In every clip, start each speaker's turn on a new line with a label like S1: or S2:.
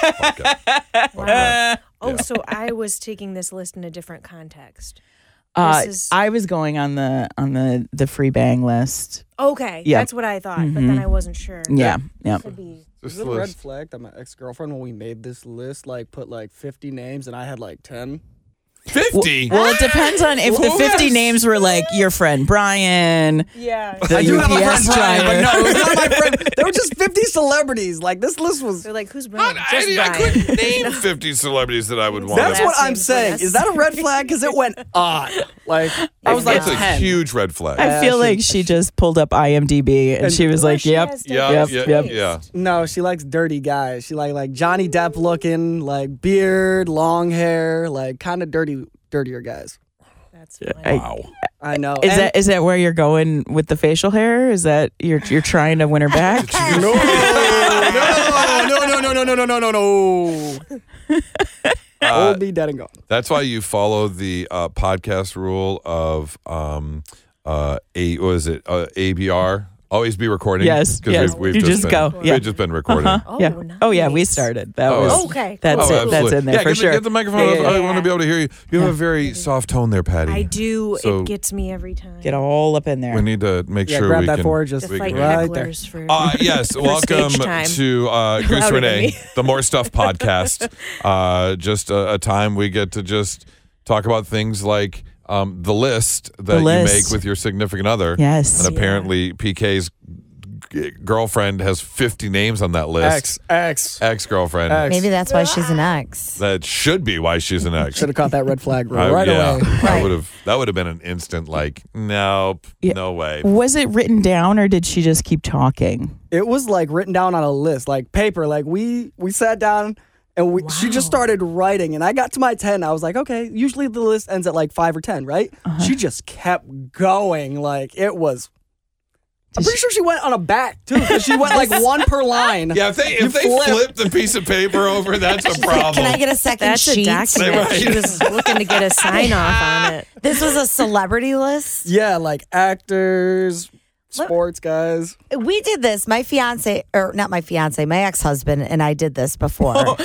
S1: Vodka.
S2: Uh,
S1: Vodka.
S3: Oh, so I was taking this list in a different context.
S2: Uh,
S3: This is-
S2: I was going on the on the the free bang list.
S3: Okay,
S2: Yeah. Mm-hmm.
S3: that's what I thought, but then I wasn't sure.
S2: Yeah, yeah.
S3: Could be.
S1: This
S4: Is it a red
S1: list-
S4: flag that my ex girlfriend, when we made this list, like put like 50 names and I had like 10?
S5: Fifty.
S2: Well, it depends on if the fifty names were like your friend Brian,
S3: Yeah.
S2: the
S4: I do have a
S2: UPS
S5: friend Brian,
S2: driver.
S5: but
S4: No, it was not my friend. There were just 50 celebrities. Like this list was.
S3: They're like, who's Brian? Just
S5: I, I, I
S3: Brian.
S5: couldn't name 50 celebrities that I would want.
S4: That's
S3: Last
S4: what I'm
S3: names,
S4: saying.
S3: last
S4: Is that a red flag? Because it went odd. Like I was like
S5: That's a
S4: 10.
S5: huge red flag.
S2: I feel like she just pulled up IMDb and she was
S3: Well,
S2: like,
S3: she
S2: "Yep,
S3: has
S5: yeah,
S3: different
S5: yeah,
S2: yep.
S3: tastes.
S5: yeah.
S4: No, she likes dirty guys. She like like Johnny Depp looking, like beard, long hair, like kind of dirty, dirtier guys.
S3: That's funny.
S2: I-
S4: I know.
S2: Is
S4: And-
S2: that is that where you're going with the facial hair? Is that you're you're trying to win her back?
S4: no,
S5: No,
S4: no, no, no, no, no, no, no, no. Hold me dead and gone.
S5: Uh, That's why you follow the uh, podcast rule of um, uh, a what is it uh, ABR? Always be recording.
S2: Yes,
S5: 'Cause
S2: yes.
S5: We've, we've
S2: You just
S5: just, been,
S2: go, yeah.
S5: We've just been recording.
S3: Oh,
S2: yeah. Oh yeah, we
S3: nice.
S2: started. That
S5: Oh,
S2: was
S3: Okay.
S2: That's
S3: cool.
S2: it. That's
S5: absolutely.
S2: in there
S5: yeah,
S2: for
S5: get the-
S2: sure.
S5: Get the microphone.
S4: Yeah,
S5: up.
S4: yeah,
S5: I
S3: yeah.
S5: want to be able to hear you. You have a very soft tone there, Patty.
S3: I do.
S5: So-
S3: it gets me every time.
S2: get all up in there.
S5: We need to make
S4: Yeah,
S5: sure
S4: grab
S5: we
S4: that
S5: can.
S4: forward just
S3: to
S5: we
S3: fight
S5: can-
S4: right there.
S3: hecklers for.
S5: Uh, yes, welcome
S3: time.
S5: to uh, Goose
S3: Louder than
S5: Renee,
S3: me.
S5: the More Stuff podcast. Uh, just a, a time we get to just talk about things like um, the list that you make
S2: list.
S5: with your significant other.
S2: Yes.
S5: And apparently, PK's g- girlfriend has 50 names on that list.
S4: X X.
S5: Ex girlfriend.
S4: Ex.
S6: Maybe that's why she's an
S3: Ah,
S6: ex.
S5: That should be why she's an ex.
S4: Should have caught that red flag
S5: I-
S4: right
S5: Oh, yeah,
S4: away.
S5: I would have. That would have been an instant like, nope,
S2: Yeah.
S5: no way.
S2: Was it written down or did she just keep talking?
S4: It was like written down on a list, like paper. Like we we sat down and we, she just started writing, and I got to my ten. I was like, okay. Usually the list ends at like five or ten, right? She just kept going. Like it was. I'm pretty sure she went on a bat too, because she went like one per line.
S5: Yeah, if they if they
S4: flip.
S5: flip the piece of paper over, that's a problem.
S6: Can I get a second
S3: That's a
S6: sheet?
S3: document.
S5: Right.
S3: She was looking to get a sign off on it.
S6: This was a celebrity list.
S4: Yeah, like actors, sports guys.
S6: We did this. My fiance, or not my fiance, my ex husband, and I did this before.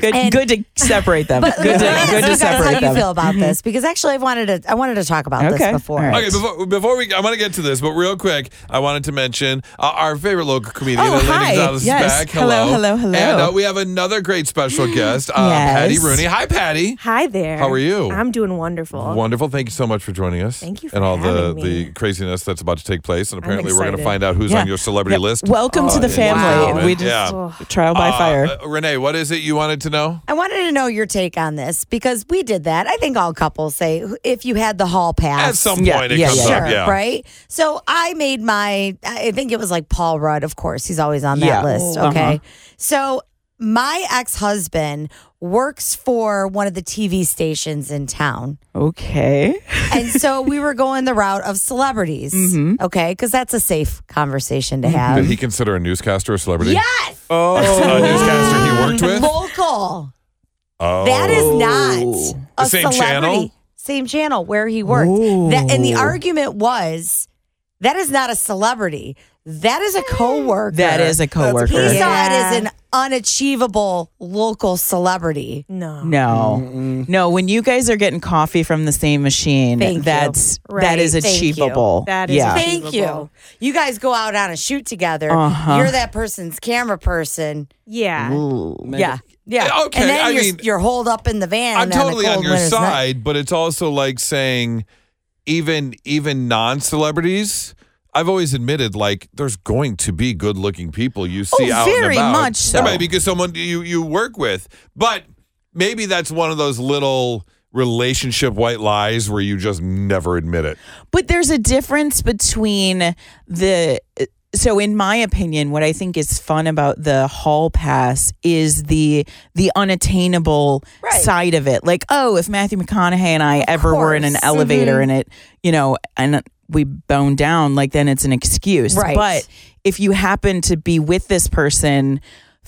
S2: Good,
S6: And-
S2: good to separate them.
S6: But
S2: good
S6: let me
S2: to,
S6: ask
S2: good
S6: you
S2: to
S6: guys how
S2: separate
S6: you
S2: them. Mm-hmm.
S6: feel about this because actually, I've wanted to. I wanted to talk about
S2: Okay.
S6: this before.
S2: All right.
S5: Okay, before, before we, I want to get to this, but real quick, I wanted to mention uh, our favorite local comedian,
S2: Oh,
S5: Elena
S2: hi.
S5: Gonzalez, is
S2: Yes.
S5: back.
S2: Hello, hello, hello.
S5: And uh, we have another great special guest, uh,
S2: Yes.
S5: Patty Rooney. Hi, Patty.
S3: Hi there.
S5: How are you?
S3: I'm doing wonderful.
S5: Wonderful. Thank you so much for joining us.
S3: Thank you for
S5: And all the,
S3: having me.
S5: the craziness that's about to take place. And apparently, we're going to
S3: excited.
S5: find out who's
S2: Yeah.
S5: on your celebrity
S2: Yeah.
S5: list.
S2: Welcome to
S5: uh,
S2: the
S5: in just a
S2: family.
S5: moment.
S2: We just
S5: yeah.
S3: oh,
S2: trial by
S5: Uh,
S2: fire.
S5: uh, Renee, what is it you wanted to know?
S6: I wanted to know your take on this because we did that. I think all couples say if you had the hall pass
S5: At some
S2: Yeah,
S5: point, it
S2: yeah,
S5: comes
S6: sure,
S5: up. Yeah.
S6: right? So I made my, I think it was like Paul Rudd, of course. He's always on that
S2: Yeah.
S6: list.
S2: Oh,
S6: Okay.
S2: uh-huh.
S6: So my ex husband works for one of the TV stations in town.
S2: okay.
S6: And so we were going the route of celebrities. Okay. Cause that's a safe conversation to have.
S5: Did he consider a newscaster a celebrity?
S6: Yes.
S5: Oh. A newscaster he worked with?
S6: Local.
S5: Oh.
S6: That is
S2: Oh.
S6: not
S5: The
S6: a
S5: same
S6: celebrity.
S5: channel?
S6: Same channel where he worked. That, and the
S2: Oh.
S6: argument was that is not a celebrity. That is a coworker.
S2: That is a
S6: He
S2: coworker.
S6: saw
S3: Yeah.
S6: it as an unachievable local celebrity.
S3: No.
S2: No. No, when you guys are getting coffee from the same machine,
S6: Thank you.
S2: that's that
S3: Right.
S2: is
S6: Thank you.
S2: achievable.
S3: That is
S2: yeah.
S3: achievable.
S6: Thank you. You guys go out on a shoot together.
S2: Uh-huh.
S6: You're that person's camera person.
S3: Yeah.
S6: Yeah. Yeah.
S5: Okay,
S6: And then
S5: I
S6: you're,
S5: mean-
S6: you're holed up in the van.
S5: I'm totally
S6: on,
S5: on
S6: a cold
S5: your
S6: winter's night.
S5: side, but it's also like saying even even non-celebrities I've always admitted, like, there's going to be good-looking people you see
S2: Oh,
S5: out
S2: very
S5: and about.
S2: much so.
S5: That might be because someone you you work with, but maybe that's one of those little relationship white lies where you just never admit it.
S2: But there's a difference between the. So, in my opinion, what I think is fun about the hall pass is the the unattainable side of it. Like, oh, if Matthew McConaughey and I ever were in an
S6: course. Mm-hmm.
S2: elevator and it, you know, and we bone down, like then it's an excuse.
S6: Right.
S2: But if you happen to be with this person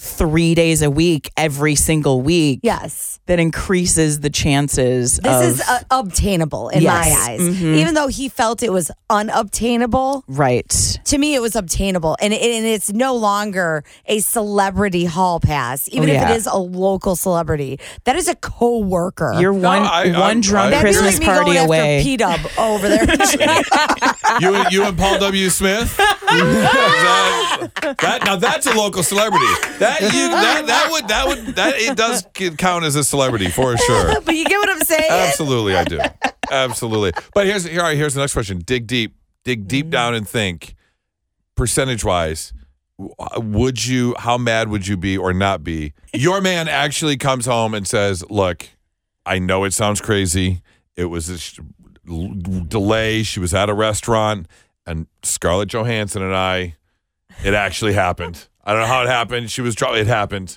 S2: three days a week every single week,
S6: Yes.
S2: that increases the chances.
S6: This
S2: of,
S6: is uh, obtainable in my
S2: Yes.
S6: eyes.
S2: Mhm.
S6: Even though he felt it was unobtainable,
S2: right.
S6: to me it was obtainable. And, it, and it's no longer a celebrity hall pass, even
S2: Oh,
S6: if
S2: yeah.
S6: it is a local celebrity. That is a coworker.
S2: You're one
S5: I-
S2: one
S5: I-
S2: drunk
S5: That'd
S6: That'd be
S2: Christmas
S6: like me
S2: party
S6: going
S2: away.
S6: After P-Dub over there.
S5: you, you and Paul W. Smith. that, that- now that's a local celebrity. That you that, that would that would that it does count as a celebrity for sure.
S6: but you get what I'm saying?
S5: Absolutely, I do. Absolutely. But here's here. All right, here's the next question. Dig deep. Dig deep down and think. Percentage wise, would you? How mad would you be or not be? Your man actually comes home and says, "Look, I know it sounds crazy. It was this l- delay. She was at a restaurant, and Scarlett Johansson and I. It actually happened. I don't know how it happened. She was. dro- It happened.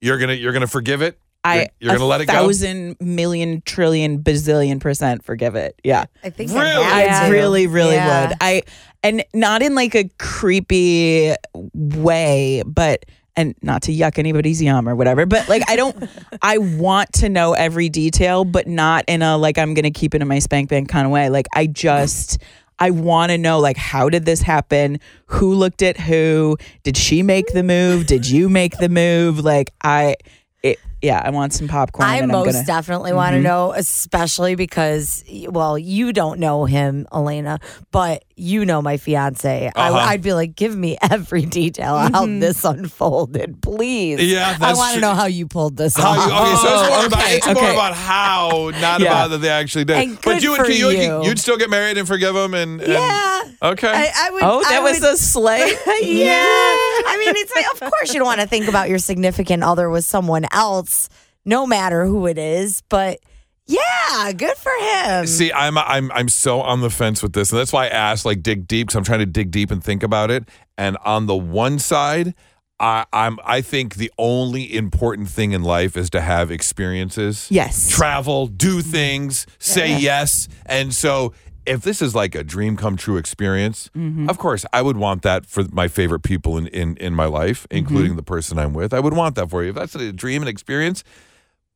S5: You're gonna. You're gonna forgive it. You're,
S2: I
S5: you're gonna
S2: a
S5: let it go.
S2: Thousand million trillion bazillion percent forgive it. Yeah.
S6: I think
S5: Really?
S6: I,
S2: I
S6: have to.
S2: really, really
S6: Yeah.
S2: would. I and not in like a creepy way, but and not to yuck anybody's yum or whatever, but like I don't I want to know every detail, but not in a like I'm gonna keep it in my spank bank kind of way. Like I just I want to know like how did this happen? Who looked at who? Did she make the move? Did you make the move? Like I it, yeah, I want some popcorn.
S6: I
S2: and
S6: most
S2: I'm gonna,
S6: definitely want
S5: Mm-hmm.
S6: to know, especially because, well, you don't know him, Elena, but you know my fiance.
S5: Uh-huh.
S6: I, would be like, give me every detail how
S2: Mm-hmm.
S6: this unfolded, please.
S5: Yeah,
S6: I
S5: that's
S6: want to
S5: true.
S6: know how you pulled this
S5: How
S6: off.
S5: you, oh, okay, so it's more, about,
S2: Oh, okay,
S5: it's more
S2: okay.
S5: about how, not
S2: Yeah.
S5: about that they actually did.
S6: And
S5: but
S6: good
S5: you would,
S6: for
S5: you would-
S6: you.
S5: you'd still get married and forgive them, and, and-
S6: yeah.
S5: okay.
S6: I, I would,
S2: Oh, that
S6: I
S2: was
S6: would-
S2: a slay.
S6: yeah. I mean, it's like, of course you don't want to think about your significant other with someone else, no matter who it is. But yeah, good for him.
S5: See, I'm I'm I'm so on the fence with this, and that's why I asked like dig deep because I'm trying to dig deep and think about it. And on the one side, I, I'm I think the only important thing in life is to have experiences.
S2: Yes. Mm-hmm.
S5: travel, do things, say yes. And so if this is like a dream come true experience,
S2: Mm-hmm.
S5: of course I would want that for my favorite people in, in, in my life,
S2: Mm-hmm.
S5: including the person I'm with. I would want that for you. If that's a dream and experience.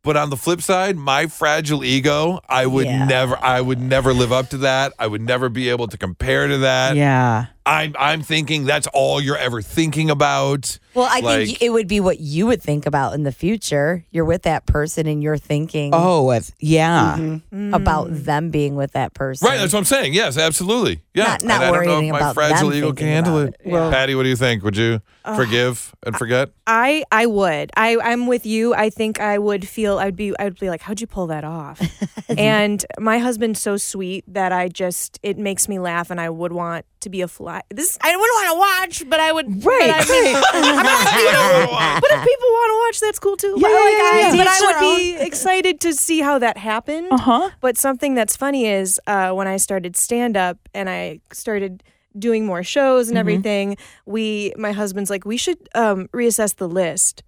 S5: But on the flip side, my fragile ego, I would
S6: Yeah.
S5: never I would never live up to that. I would never be able to compare to that.
S2: yeah.
S5: I'm I'm thinking that's all you're ever thinking about.
S6: Well, I
S5: Like-
S6: think it would be what you would think about in the future. You're with that person and you're thinking
S2: Oh, if- yeah.
S3: Mm-hmm.
S6: about
S3: Mm.
S6: them being with that person.
S5: Right, that's what I'm saying. Yes, absolutely. Yeah,
S6: Not- not
S5: and I don't know
S6: worrying
S5: if my
S6: about
S5: fragile
S6: them
S5: ego
S6: thinking
S5: can handle
S6: about
S5: it. Patty, what do you think? Would you forgive and forget?
S3: I I would. I I'm with you. I think I would feel I'd be I'd be like, how'd you pull that off? and my husband's so sweet that I just it makes me laugh, and I would want to be a fly. This I wouldn't want to watch, but I would. Right. But, I but if people want to watch, that's cool too. but, like,
S2: Yeah, yeah,
S3: I,
S2: yeah.
S3: but I
S6: Teach
S3: would
S6: your
S3: be excited to see how that happened.
S2: Uh huh.
S3: But something that's funny is uh, when I started stand up and I started doing more shows
S2: Mm-hmm.
S3: and everything, we my husband's like, we should um, reassess the list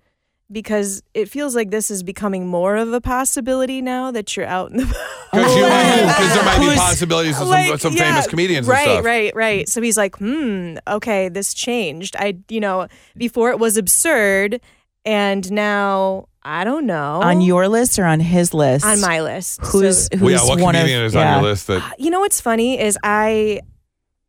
S3: because it feels like this is becoming more of a possibility now that you're out in the
S5: Because there might be
S2: Who's-
S5: possibilities of some,
S3: Like,
S5: some
S3: yeah,
S5: famous comedians
S3: right,
S5: and stuff.
S3: Right, right, So he's like, hmm, okay, this changed. I, you know, before it was absurd, and now I don't know.
S2: On your list or on his list?
S3: Oh. on my list,
S2: Who's
S3: So-
S2: who's
S5: Well, yeah, what
S2: one of?
S5: comedian is on your list that
S3: Uh, you know what's funny is I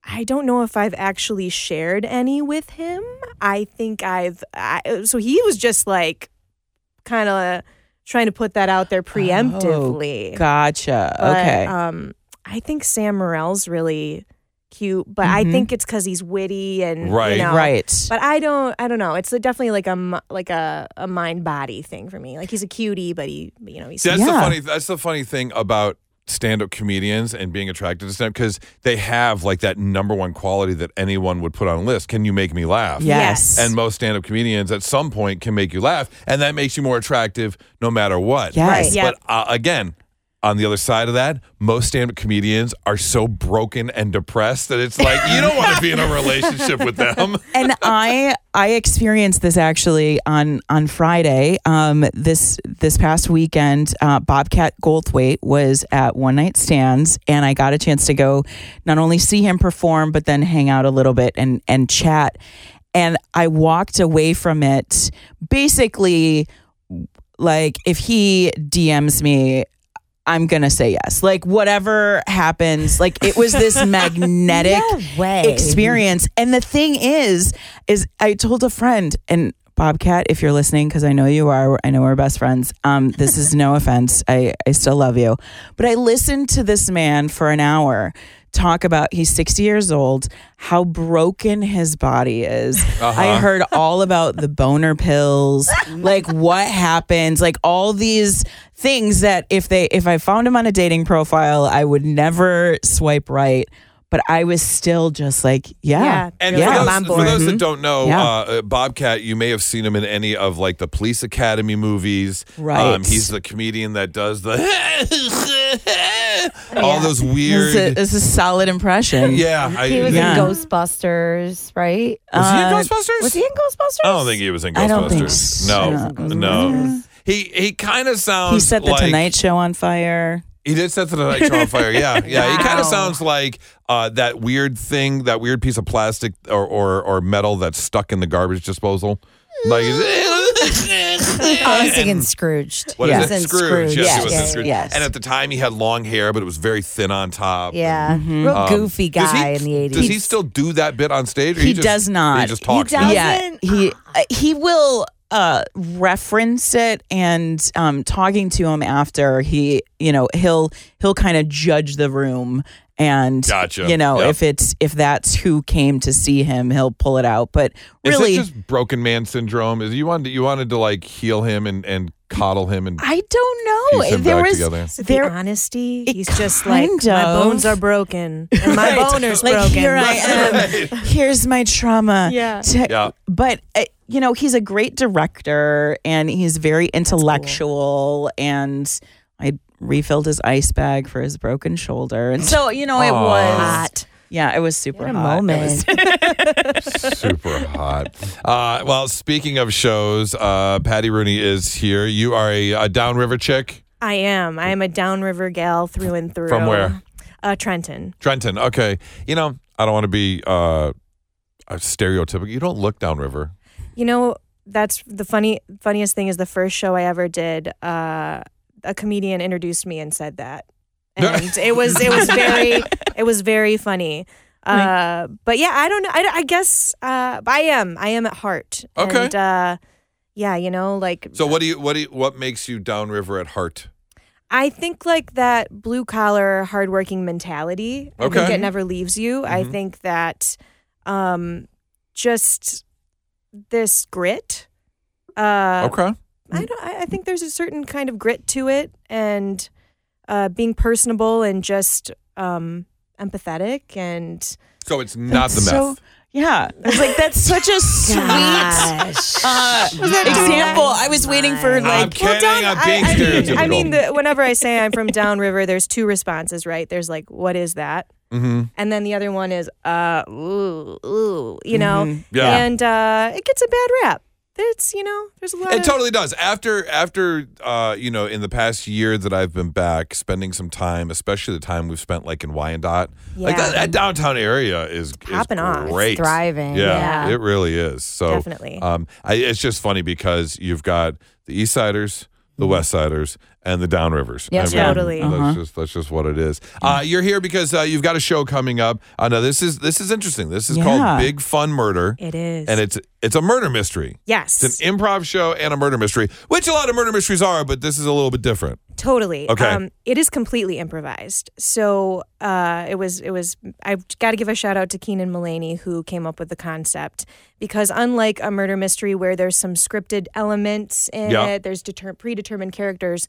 S3: I don't know if I've actually shared any with him. I think I've I, so he was just like kind of trying to put that out there preemptively.
S2: Gotcha.
S3: But,
S2: Oh, okay.
S3: Um I think Sam Morrell's really cute, but I
S2: Mhm.
S3: think it's cuz he's witty and you
S5: Right.
S3: know.
S2: right.
S3: But I don't I don't know. It's definitely like a m- like a, a mind body thing for me. Like he's a cutie, but he you know, he's
S5: that's the
S2: Yeah.
S5: funny that's the funny thing about stand-up comedians and being attracted to stand-up because they have like that number one quality that anyone would put on a list. Can you make me laugh?
S2: yes.
S5: And most stand-up comedians at some point can make you laugh, and that makes you more attractive no matter what.
S2: yes.
S3: Right. Yeah.
S5: But uh, again, on the other side of that, most stand-up comedians are so broken and depressed that it's like you don't want to be in a relationship with them.
S2: and I I experienced this actually on on Friday. Um, this this past weekend, uh, Bobcat Goldthwait was at One Night Stands, and I got a chance to go not only see him perform, but then hang out a little bit and and chat. And I walked away from it basically like if he DMs me, I'm gonna say yes. Like whatever happens, like it was this magnetic
S6: No way.
S2: experience. And the thing is, is I told a friend and Bobcat, if you're listening, because I know you are, I know we're best friends. Um, this is no offense. I, I still love you. But I listened to this man for an hour talk about he's 60 years old, how broken his body is. I heard all about the boner pills, like what happens, like all these things that if they if I found him on a dating profile, I would never swipe right. But I was still just like, yeah.
S5: And
S2: Yeah.
S5: for,
S3: I'm
S5: those,
S3: on board.
S5: for those that don't know,
S2: Yeah.
S5: uh, uh, Bobcat, you may have seen him in any of like the Police Academy movies. Um,
S2: Right.
S5: he's the comedian that does the all those weird.
S2: It's a, it's a solid impression.
S5: yeah, I,
S6: He was
S2: Yeah.
S6: in Ghostbusters, right? Oh,
S5: Was he in
S2: Uh,
S5: Ghostbusters?
S6: Was he in Ghostbusters?
S5: I don't think he was in Ghostbusters.
S2: I don't think so.
S5: no,
S2: I don't think
S5: no. He he kind of sounds.
S2: He set the
S5: like,
S2: Tonight Show on fire.
S5: He did set the Tonight Show on fire. Yeah, yeah. He kind
S6: Wow.
S5: of sounds like uh, that weird thing, that weird piece of plastic or, or or metal that's stuck in the garbage disposal. Like.
S6: I was thinking Scrooged.
S5: What
S6: He
S5: is
S6: was in
S5: it? Scrooge. Yes, he was in
S2: Yes,
S5: Scrooge.
S2: yes.
S5: And at the time, he had long hair, but it was very thin on top.
S6: Yeah.
S3: Mm-hmm.
S6: Real
S5: Um,
S6: goofy
S5: does he-
S6: guy in the 80s.
S5: Does he still do that bit on stage? Or
S2: He
S5: just,
S2: does not.
S5: He just talks.
S6: He
S5: now?
S6: does.
S2: Yeah,
S6: Doesn't-
S2: he uh, he will uh, reference it, and um, talking to him after he, you know, he'll he'll kind of judge the room, and
S5: Gotcha.
S2: you know,
S5: Yep.
S2: if it's if that's who came to see him, he'll pull it out. But really,
S5: Is it just broken man syndrome? Is you wanted you wanted to like heal him and and coddle him and
S2: I don't know.
S5: piece him
S2: there
S5: back
S2: was
S5: together?
S3: Is it
S2: There-
S3: the honesty?
S2: it
S3: He's just like
S2: kind
S3: my
S2: of-
S3: bones are broken and my
S2: Right.
S3: boner's
S2: like
S3: broken.
S2: here I am. Here's my trauma.
S3: Yeah.
S2: Te-
S5: Yeah.
S2: But uh, you know, he's a great director and he's very intellectual and I refilled his ice bag for his broken shoulder. And so, you know, it
S5: Aw.
S2: was
S6: hot?
S2: Yeah, it was super
S6: What a
S2: hot. It was-
S6: moment.
S5: super hot. Uh, well, speaking of shows, uh, Patty Rooney is here. You are a, a downriver chick
S3: I am. I am a downriver gal through and through.
S5: From where?
S3: Uh, Trenton.
S5: Trenton. Okay, you know I don't want to be uh, a stereotypical. You don't look downriver.
S3: You know, that's the funny funniest thing is the first show I ever did. Uh, a comedian introduced me and said that, and it was it was very it was very funny. Uh, but yeah, I don't know. I, I guess uh, I am. I am at heart.
S5: Okay.
S3: And, uh, yeah, you know, like
S5: So what do you what do you, what makes you downriver at heart?
S3: I think like that blue collar, hardworking mentality. I think
S5: Okay.
S3: it never leaves you. I
S5: Mhm.
S3: think that um, just this grit. Uh,
S5: okay.
S3: I don't. I I think there's a certain kind of grit to it, and uh, being personable and just um, empathetic and
S5: So it's not the meth.
S2: So, yeah. I was like, that's such a sweet
S6: Gosh.
S2: uh, example. I was waiting for
S5: I'm
S6: I'm
S2: like
S5: kidding.
S3: down-
S5: I'm being
S3: I, I mean,
S5: stereotypical.
S3: I mean the, whenever I say I'm from downriver, there's two responses, right? There's like, what is that?
S5: hmm
S3: And then the other one is, uh, ooh, ooh, you know?
S2: Mhm.
S5: Mm-hmm. Yeah.
S3: And uh, it gets a bad rap. It's, you know, there's a lot
S5: It
S3: of.
S5: totally does. After after uh, you know, in the past year that I've been back, spending some time, especially the time we've spent like in Wyandotte, like
S3: Yeah.
S5: that, that downtown area is, is
S3: Popping off. It's
S5: great,
S6: thriving.
S5: Yeah,
S6: Yeah.
S5: it really is. So
S3: Definitely.
S5: um, I, it's just funny because you've got the East Siders. The West Siders and the Downrivers.
S6: Yes,
S3: Totally.
S5: That's
S2: Mm-hmm. Uh-huh. Mm.
S5: just that's just what it is. Uh, you're here because uh, you've got a show coming up. Uh, now this is this is interesting. This is
S2: Yeah.
S5: called Big Fun Murder,
S3: It is.
S5: and it's it's a murder mystery.
S3: yes.
S5: It's an improv show and a murder mystery, which a lot of murder mysteries are, but this is a little bit different.
S3: Totally. Um,
S5: Okay.
S3: it is completely improvised. So uh, it was. It was. I've got to give a shout out to Keenan Mullaney who came up with the concept because unlike a murder mystery where there's some scripted elements in
S5: Yeah.
S3: it, there's deter- predetermined characters.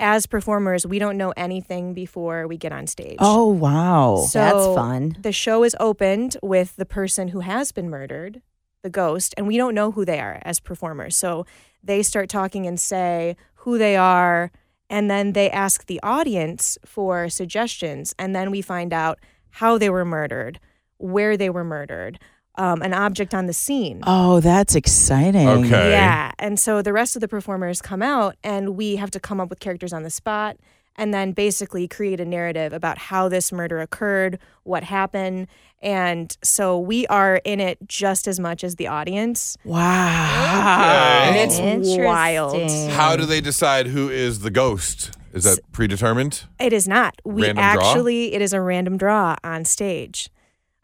S3: As performers, we don't know anything before we get on stage.
S2: Oh wow.
S3: So
S6: That's fun.
S3: The show is opened with the person who has been murdered, the ghost, and we don't know who they are as performers. So they start talking and say who they are, and then they ask the audience for suggestions, and then we find out how they were murdered, where they were murdered, um, an object on the scene.
S2: Oh, that's exciting.
S5: Okay.
S3: Yeah. And so the rest of the performers come out and we have to come up with characters on the spot. and then basically create a narrative about how this murder occurred, what happened. And so we are in it just as much as the audience.
S2: Wow.
S5: Okay.
S3: It's wild.
S6: Interesting.
S5: How do they decide who is the ghost? Is that predetermined?
S3: It is not. We
S5: Random draw?
S3: actually it is a random draw on stage.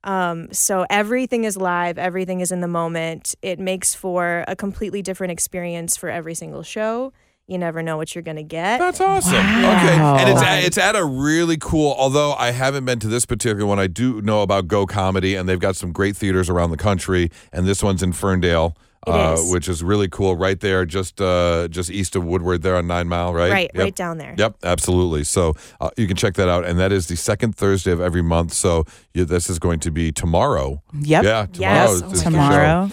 S3: Um, so everything is live, everything is in the moment. It makes for a completely different experience for every single show. You never know what you're gonna get.
S5: That's awesome. Okay, and it's at, it's at a really cool. Although I haven't been to this particular one, I do know about Go Comedy, and they've got some great theaters around the country. And this one's in Ferndale,
S3: It
S5: uh,
S3: is.
S5: which is really cool, right there, just uh, just east of Woodward, there on Nine Mile, right?
S3: Right,
S5: Yep.
S3: right down there.
S5: Yep, absolutely. So uh, you can check that out, and that is the second Thursday of every month. So you, this is going to be tomorrow.
S2: Yep.
S5: Yeah, Oh tomorrow.
S3: Yes.
S5: is the show.
S2: Tomorrow. I know,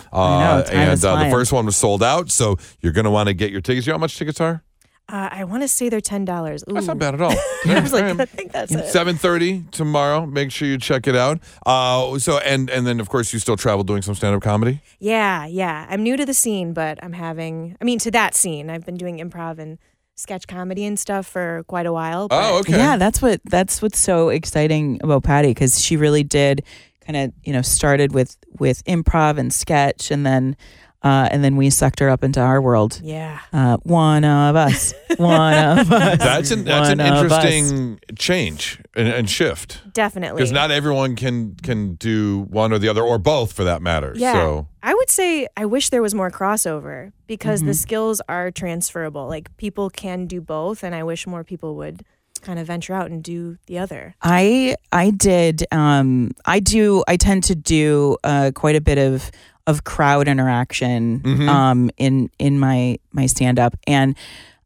S5: Uh,
S2: time
S5: and
S2: is
S5: uh, the
S2: flying.
S5: first one was sold out, so you're going to want to get your tickets. You know how much tickets are?
S3: Uh, I wanna say they're ten dollars.
S5: That's not bad at all. I was
S3: like, I think that's it.
S5: Seven thirty tomorrow. Make sure you check it out. Uh, so and and then of course you still travel doing some stand up comedy.
S3: Yeah, yeah. I'm new to the scene, but I'm having, I mean, to that scene. I've been doing improv and sketch comedy and stuff for quite a while. but-
S5: Oh, okay.
S2: Yeah, that's what that's what's so exciting about Patty because she really did kind of you know started with with improv and sketch and then uh, and then we sucked her up into our world.
S3: Yeah.
S2: Uh, one of us, one of us.
S5: That's an that's an
S2: One of us.
S5: interesting change and, and shift
S3: Definitely.
S5: because not everyone can can do one or the other or both for that matter.
S3: yeah.
S5: So
S3: I would say I wish there was more crossover because
S5: Mm-hmm.
S3: the skills are transferable. Like people can do both, and I wish more people would kind of venture out and do the other.
S2: I I did um I do I tend to do uh quite a bit of of crowd interaction um in in my my stand up and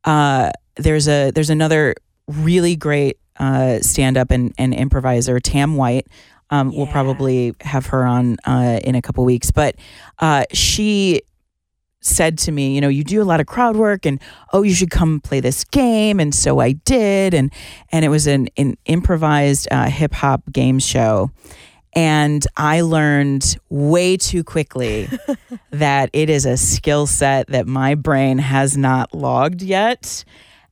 S2: uh there's a there's another really great uh stand up and, and improviser Tam White um we'll
S3: Yeah.
S2: probably have her on uh in a couple weeks but uh she said to me, you know, you do a lot of crowd work and oh, you should come play this game. And so I did. And and it was an, an improvised uh, hip hop game show. And I learned way too quickly that it is a skill set that my brain has not logged yet.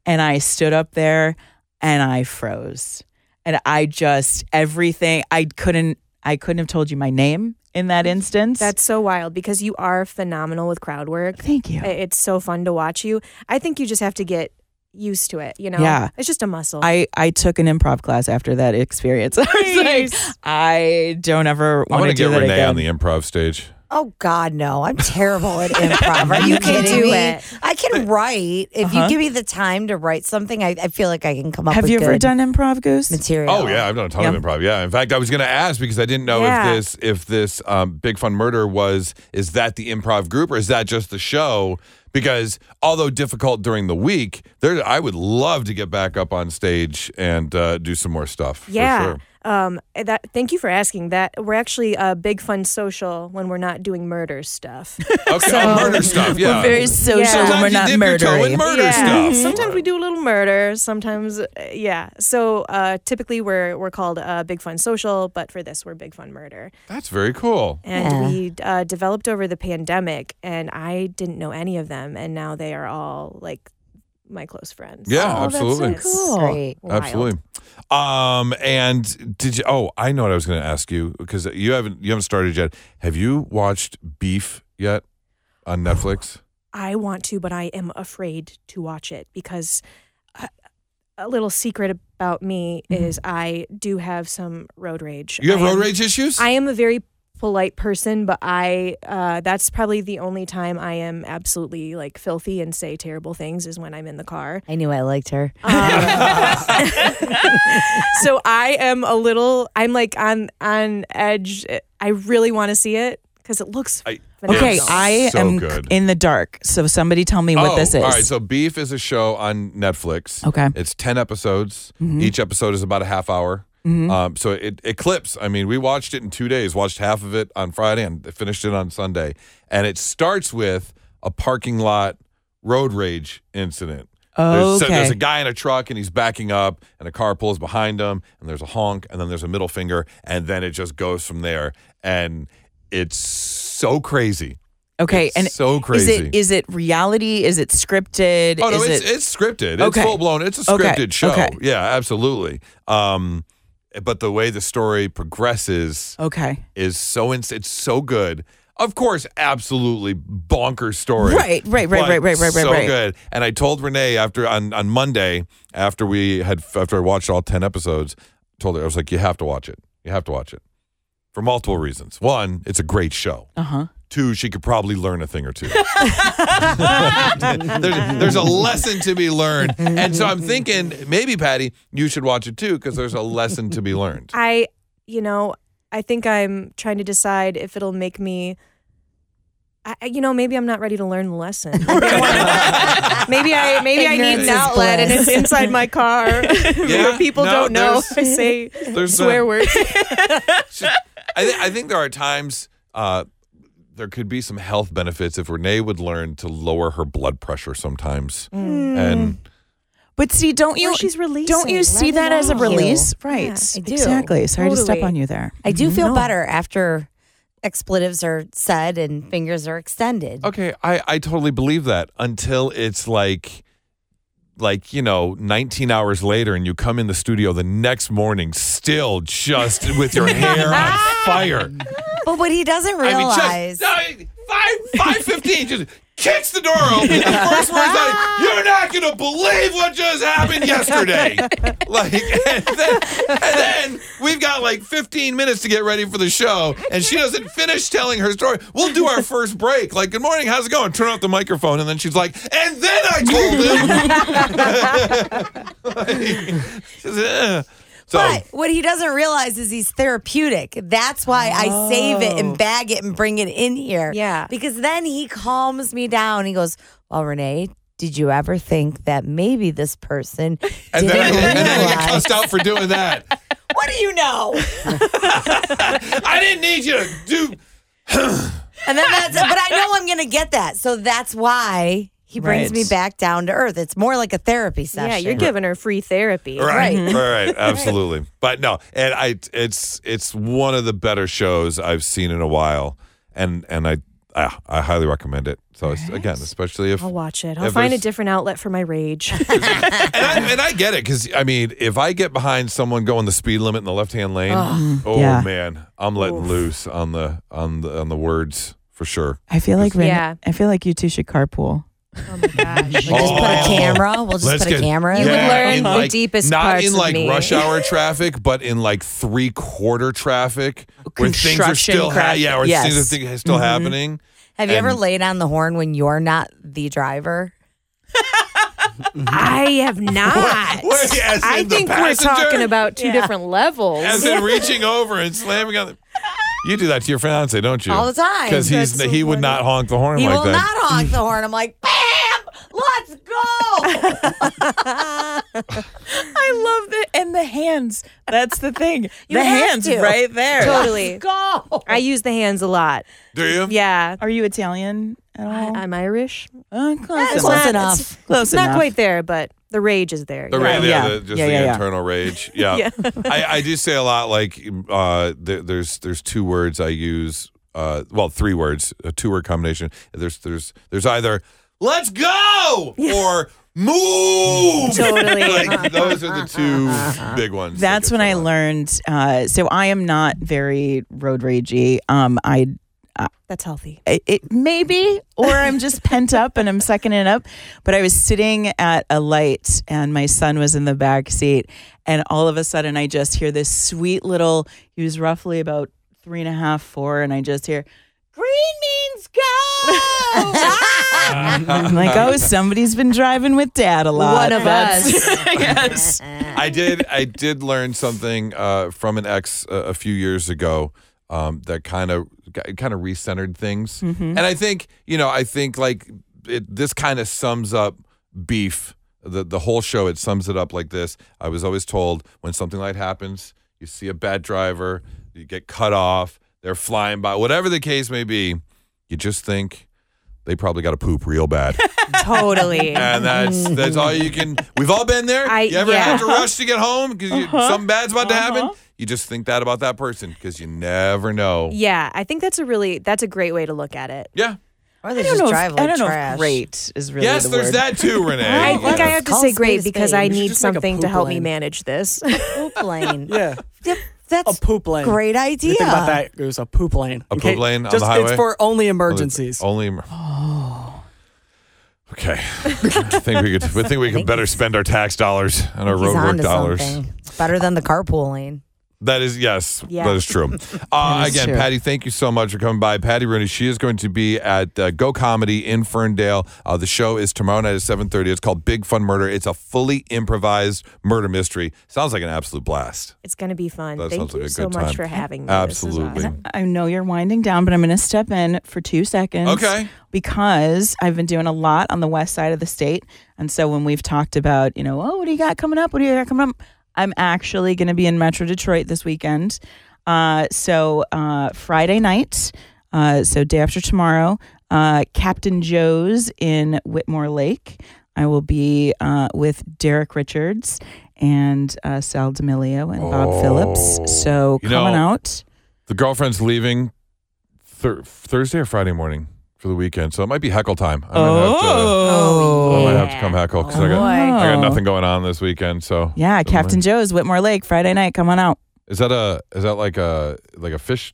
S2: And I stood up there and I froze. And I just everything I couldn't I couldn't have told you my name in that instance.
S3: That's so wild because you are phenomenal with crowd work.
S2: thank you.
S3: I- It's so fun to watch you. I think you just have to get used to it, you know?
S2: Yeah.
S3: It's just a muscle.
S2: I, I took an improv class after that experience. I was like, I don't ever
S5: I
S2: want
S5: want
S2: to
S5: to
S2: do
S5: get
S2: that
S5: Renee
S2: again.
S5: on the improv stage.
S6: Oh God, no! I'm terrible at improv. Are you
S3: You can
S6: kidding
S3: do
S6: me?
S3: it.
S6: I can write. If
S2: Uh-huh.
S6: you give me the time to write something, I, I feel like I can come up.
S2: Have
S6: with
S2: you ever
S6: good
S2: done improv, Goose?
S6: material?
S5: Oh yeah, I've done a ton
S2: Yeah.
S5: of improv. Yeah, in fact, I was going to ask because I didn't know
S3: Yeah.
S5: if this if this um, Big Fun Murder was is that the improv group or is that just the show? Because although difficult during the week, there I would love to get back up on stage and uh, do some more stuff. for
S3: Yeah.
S5: sure.
S3: Um, that. Thank you for asking that. We're actually uh, big fun social when we're not doing murder stuff.
S5: Okay, oh, murder stuff. Yeah,
S2: We're very social
S3: Yeah.
S5: Sometimes
S2: when we're
S5: you
S2: not
S5: dip your toe
S2: murdering.
S5: in murder
S3: yeah.
S5: stuff.
S3: Sometimes we do a little murder. Sometimes, uh, yeah. So uh, typically we're we're called uh, big fun social, but for this we're big fun murder.
S5: That's very cool.
S3: And
S6: Yeah.
S3: we uh, developed over the pandemic, and I didn't know any of them, and now they are all like my close friends.
S5: Yeah,
S2: Oh, that's so
S5: absolutely.
S2: cool.
S6: That's great.
S3: Wild.
S5: Absolutely. Um, and did you? Oh, I know what I was going to ask you because you haven't you haven't started yet. Have you watched Beef yet on Netflix?
S3: I want to, but I am afraid to watch it because a, a little secret about me is I do have some road rage.
S5: Mm-hmm. You have
S3: I
S5: road
S3: am-
S5: rage issues.
S3: I am a very polite person, but I uh, that's probably the only time I am absolutely like filthy and say terrible things is when I'm in the car.
S6: I knew I liked her.
S3: so I am a little. I'm like on on edge. I really want to see it because it looks.
S5: I-
S3: phenomenal.
S2: Okay,
S5: It's
S2: I
S5: so
S2: am
S5: good.
S2: in the dark. So somebody tell me what
S5: Oh,
S2: this is.
S5: All right, so Beef is a show on Netflix.
S2: Okay. Mm-hmm.
S5: It's 10 episodes. Each episode is about a half hour. Um, so it, it clips. I mean, we watched it in two days, watched half of it on Friday and finished it on Sunday. And it starts with a parking lot road rage incident. There's, so
S2: Okay.
S5: there's a guy in a truck and he's backing up, and a car pulls behind him, and there's a honk, and then there's a middle finger, and then it just goes from there. And it's so crazy.
S2: Okay,
S5: It's
S2: and
S5: so
S2: Is
S5: crazy.
S2: it is it reality? Is it scripted?
S5: Oh no,
S2: is
S5: it's,
S2: it
S5: it's scripted.
S2: Okay.
S5: It's full blown. It's a
S2: Okay.
S5: scripted show.
S2: Okay.
S5: Yeah, absolutely. Um, but the way the story progresses
S2: okay?
S5: is so ins- it's so good. Of course, absolutely bonkers story.
S2: Right, right, right,
S5: but
S2: right, right, right, right,
S5: So
S2: right.
S5: good. And I told Renee after on, on Monday after we had after I watched all ten episodes, told her I was like, you have to watch it. You have to watch it for multiple reasons. One, it's a great show.
S2: Uh huh.
S5: Two, she could probably learn a thing or two. there's, there's a lesson to be learned. And so I'm thinking maybe, Patty, you should watch it too because there's a lesson to be learned.
S3: I, you know, I think I'm trying to decide if it'll make me. I, I- you know, maybe I'm not ready to learn the lesson. Maybe I wanna- maybe I maybe I
S6: Ignorance
S3: need
S6: is
S3: an outlet, and
S6: bliss.
S3: it's inside my car
S5: Yeah,
S3: where people
S5: no,
S3: don't know. I
S5: there's-
S3: say
S5: There's
S3: swear
S5: a-
S3: words.
S5: I, th- I think there are times uh, there could be some health benefits if Renee would learn to lower her blood pressure sometimes.
S3: Mm-hmm.
S6: Mm.
S5: And
S2: But see, don't you
S3: Or she's releasing.
S2: don't you see
S6: it
S2: that as a
S6: out.
S2: release?
S6: Yeah,
S2: Right.
S6: I do.
S2: Exactly. Sorry to step
S3: Totally.
S2: on you there.
S6: I do feel
S3: No.
S6: better after expletives are said and fingers are extended.
S5: okay, I, I totally believe that until it's like. Like, you know, 19 hours later, and you come in the studio the next morning, still just with your hair on fire.
S6: But what he doesn't realize.
S5: I mean, just, I- five, five fifteen, just kicks the door open. The first word's like, "You're not gonna believe what just happened yesterday." Like, and then, and then we've got like fifteen minutes to get ready for the show, and she doesn't finish telling her story. We'll do our first break. Like, "Good morning, how's it going?" Turn off the microphone, and then she's like, "And then I told him." Like, she's, "Ugh." so.
S6: but what he doesn't realize is he's therapeutic. That's why I save it and bag it and bring it in here.
S3: Yeah.
S6: Because then he calms me down. He goes, Well, Renee, did you ever think that maybe this person
S5: and
S6: didn't
S5: then, I, and then I get
S6: realize?
S5: cussed out for doing that.
S6: What do you know?
S5: I didn't need you to do
S6: And then that's, but I know I'm going to get that. So that's why he brings
S2: Right.
S6: me back down to earth. It's more like a therapy session.
S3: Yeah, you're giving her free therapy.
S5: Right.
S6: Right.
S5: Right. right. Absolutely. But no, and I it's it's one of the better shows I've seen in a while. And and I I, I highly recommend it. So it's, again, especially if
S3: I'll watch it. I'll
S5: If
S3: find a
S5: there's-
S3: different outlet for my rage.
S6: Oh
S5: and I, and I get it cuz I mean, if I get behind someone going the speed limit in the left-hand lane, oh
S2: Yeah.
S5: man, I'm letting loose on the on the on the words for sure.
S2: I feel like Ren-
S3: Yeah.
S2: I feel like you two should carpool.
S3: Oh my gosh.
S6: We'll just put a
S5: Oh.
S6: camera. We'll just
S5: Let's
S6: put a
S5: get-
S6: camera. in.
S3: You would
S5: Yeah,
S3: learn
S5: in
S3: the
S5: like-
S3: deepest
S5: not
S3: parts
S5: in
S3: of
S5: like
S3: me.
S5: rush hour traffic, but in like three quarter traffic where things are
S2: Construction
S5: still ha-
S2: craft-
S5: yeah, where
S2: yes.
S5: things are thi- still
S6: Mm-hmm.
S5: happening.
S6: Have you ever
S5: And-
S6: laid on the horn when you're not the driver?
S3: I have not.
S5: Wait, as
S3: I
S5: in the
S3: think we're
S5: passenger?
S3: talking about two different levels.
S5: as in reaching over and slamming on the. You do that to your fiance, don't you?
S6: All the time.
S5: Because he's
S3: That's so
S5: he would
S3: funny.
S5: not honk the horn
S6: He
S5: like
S6: will
S5: that.
S6: not honk the horn. I'm like, bam, let's go.
S2: I love that and the hands. That's the thing. the
S6: have
S2: hands
S6: to.
S2: right there.
S3: totally.
S6: go.
S3: I use the hands a lot.
S5: do you?
S3: Yeah.
S2: Are you Italian at all?
S3: I'm Irish.
S2: Uh, close
S6: That's
S2: enough.
S6: close enough.
S2: It's Close
S3: Not
S2: enough.
S3: quite there, but the rage is there.
S5: The
S3: yeah.
S5: ra-
S2: Right,
S5: the-
S2: yeah.
S5: the- just
S2: Yeah,
S5: the
S2: yeah, yeah.
S5: internal rage. Yeah, I, I do say a lot. Like uh, there, there's there's two words I use. Uh, well, three words, a two word combination. There's there's there's either let's go or move.
S3: Totally.
S5: like, those are the two big ones. that
S2: That's
S5: get
S2: when
S5: said
S2: I
S5: a lot.
S2: learned. Uh, so I am not very road ragey. Um, I
S3: That's healthy.
S2: it, it maybe, or I'm just pent up and I'm sucking it up. But I was sitting at a light and my son was in the back seat, and all of a sudden I just hear this sweet little. He was roughly about three and a half, four, and I just hear green means go. I'm like, oh, somebody's been driving with dad a lot.
S3: One of
S2: That's-
S3: us.
S2: yes.
S5: I did. I did learn something uh, from an ex uh, a few years ago um, that kind of kind of recentered things. And I think you know, I think like it, this kind of sums up beef. The the whole show it sums it up like this. I was always told when something like happens, you see a bad driver, you get cut off, they're flying by, whatever the case may be, you just think they probably got to poop real bad.
S3: Totally.
S5: And that's that's all you can. We've all been there.
S3: I-
S5: you ever
S3: yeah.
S5: have to rush to get home because something bad's about to happen?
S2: Uh-huh.
S5: You just think that about that person because you never know.
S3: Yeah, I think that's a really that's a great way to look at it.
S5: Yeah.
S6: Or
S2: I
S6: they
S2: don't
S6: just
S2: know.
S6: drive
S2: if,
S6: like
S2: I don't know.
S6: trash.
S2: If great is really.
S5: yes,
S2: the
S5: there's
S2: word.
S5: that too, Renee.
S3: I think I
S5: Yeah.
S3: have to
S6: Call
S3: say
S6: spade
S3: great
S6: a
S3: because
S6: spade.
S3: I
S6: You should
S3: need
S4: just make a
S3: something to
S4: poop
S3: help me
S4: line.
S3: manage this.
S6: poop lane.
S4: Yeah,
S6: Yep,
S4: a
S6: That's
S4: poop lane.
S6: great
S4: If you
S6: idea.
S4: Think about that. It was a poop lane.
S5: A
S4: In case-
S5: poop lane on
S4: Just
S5: the highway?
S4: it's for only emergencies.
S5: Only. emer- Okay. I think we could. I think we could better spend our tax dollars and our
S6: He's
S5: roadwork
S6: onto
S5: dollars.
S6: something. It's better than the carpool lane.
S5: That is yes.
S3: Yeah.
S5: That is true. Uh,
S2: is
S5: again,
S2: true.
S5: Patty, thank you so much for coming by. Patty Rooney, she is going to be at uh, Go Comedy in Ferndale. Uh, the show is tomorrow night at seven thirty. It's called Big Fun Murder. It's a fully improvised murder mystery. Sounds like an absolute blast.
S3: it's going to be fun.
S5: That sounds
S3: Thank
S5: like
S3: you
S5: a
S3: so
S5: good
S3: much
S5: time.
S3: for having me. This is
S5: Absolutely.
S3: awesome.
S2: I know you're winding down, but I'm going to step in for two seconds.
S5: Okay.
S2: Because I've been doing a lot on the west side of the state. And so when we've talked about, you know, oh, what do you got coming up? What do you got coming up? I'm actually going to be in Metro Detroit this weekend. Uh, so uh, Friday night, uh, so day after tomorrow, uh, Captain Joe's in Whitmore Lake. I will be uh, with Derek Richards and uh, Sal D'Amelio and Bob Phillips.
S5: Oh.
S2: So
S5: You
S2: come on
S5: know,
S2: out.
S5: The girlfriend's leaving thur- Thursday or Friday morning for the weekend, so it might be heckle time. I might have to-
S2: Oh.
S5: I might have to come heckle because I got I got nothing going on this weekend. So
S2: Yeah,
S5: Doesn't
S2: Captain
S5: matter.
S2: Joe's, Whitmore Lake, Friday night. Come on out.
S5: Is that a is that like a like a fish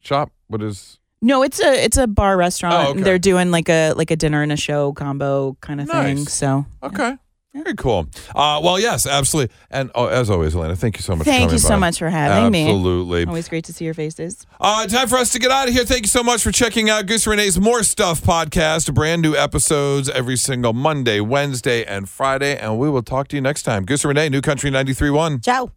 S5: shop? What is
S2: No, it's a it's a bar restaurant.
S5: Oh, okay.
S2: They're doing like a like a dinner and a show combo kind of thing.
S5: Nice.
S2: So
S5: okay. Very cool. Uh, well, yes, absolutely. And oh, as always, Elena, thank you so much. for
S2: thank
S5: coming
S2: you so
S5: by.
S2: much for having me.
S5: Absolutely.
S2: Always great to see your faces.
S5: Uh, time for us to get out of here. Thank you so much for checking out Goose Renee's More Stuff podcast. Brand new episodes every single Monday, Wednesday, and Friday. And we will talk to you next time. Goose Renee, New Country 93.1.
S6: Ciao.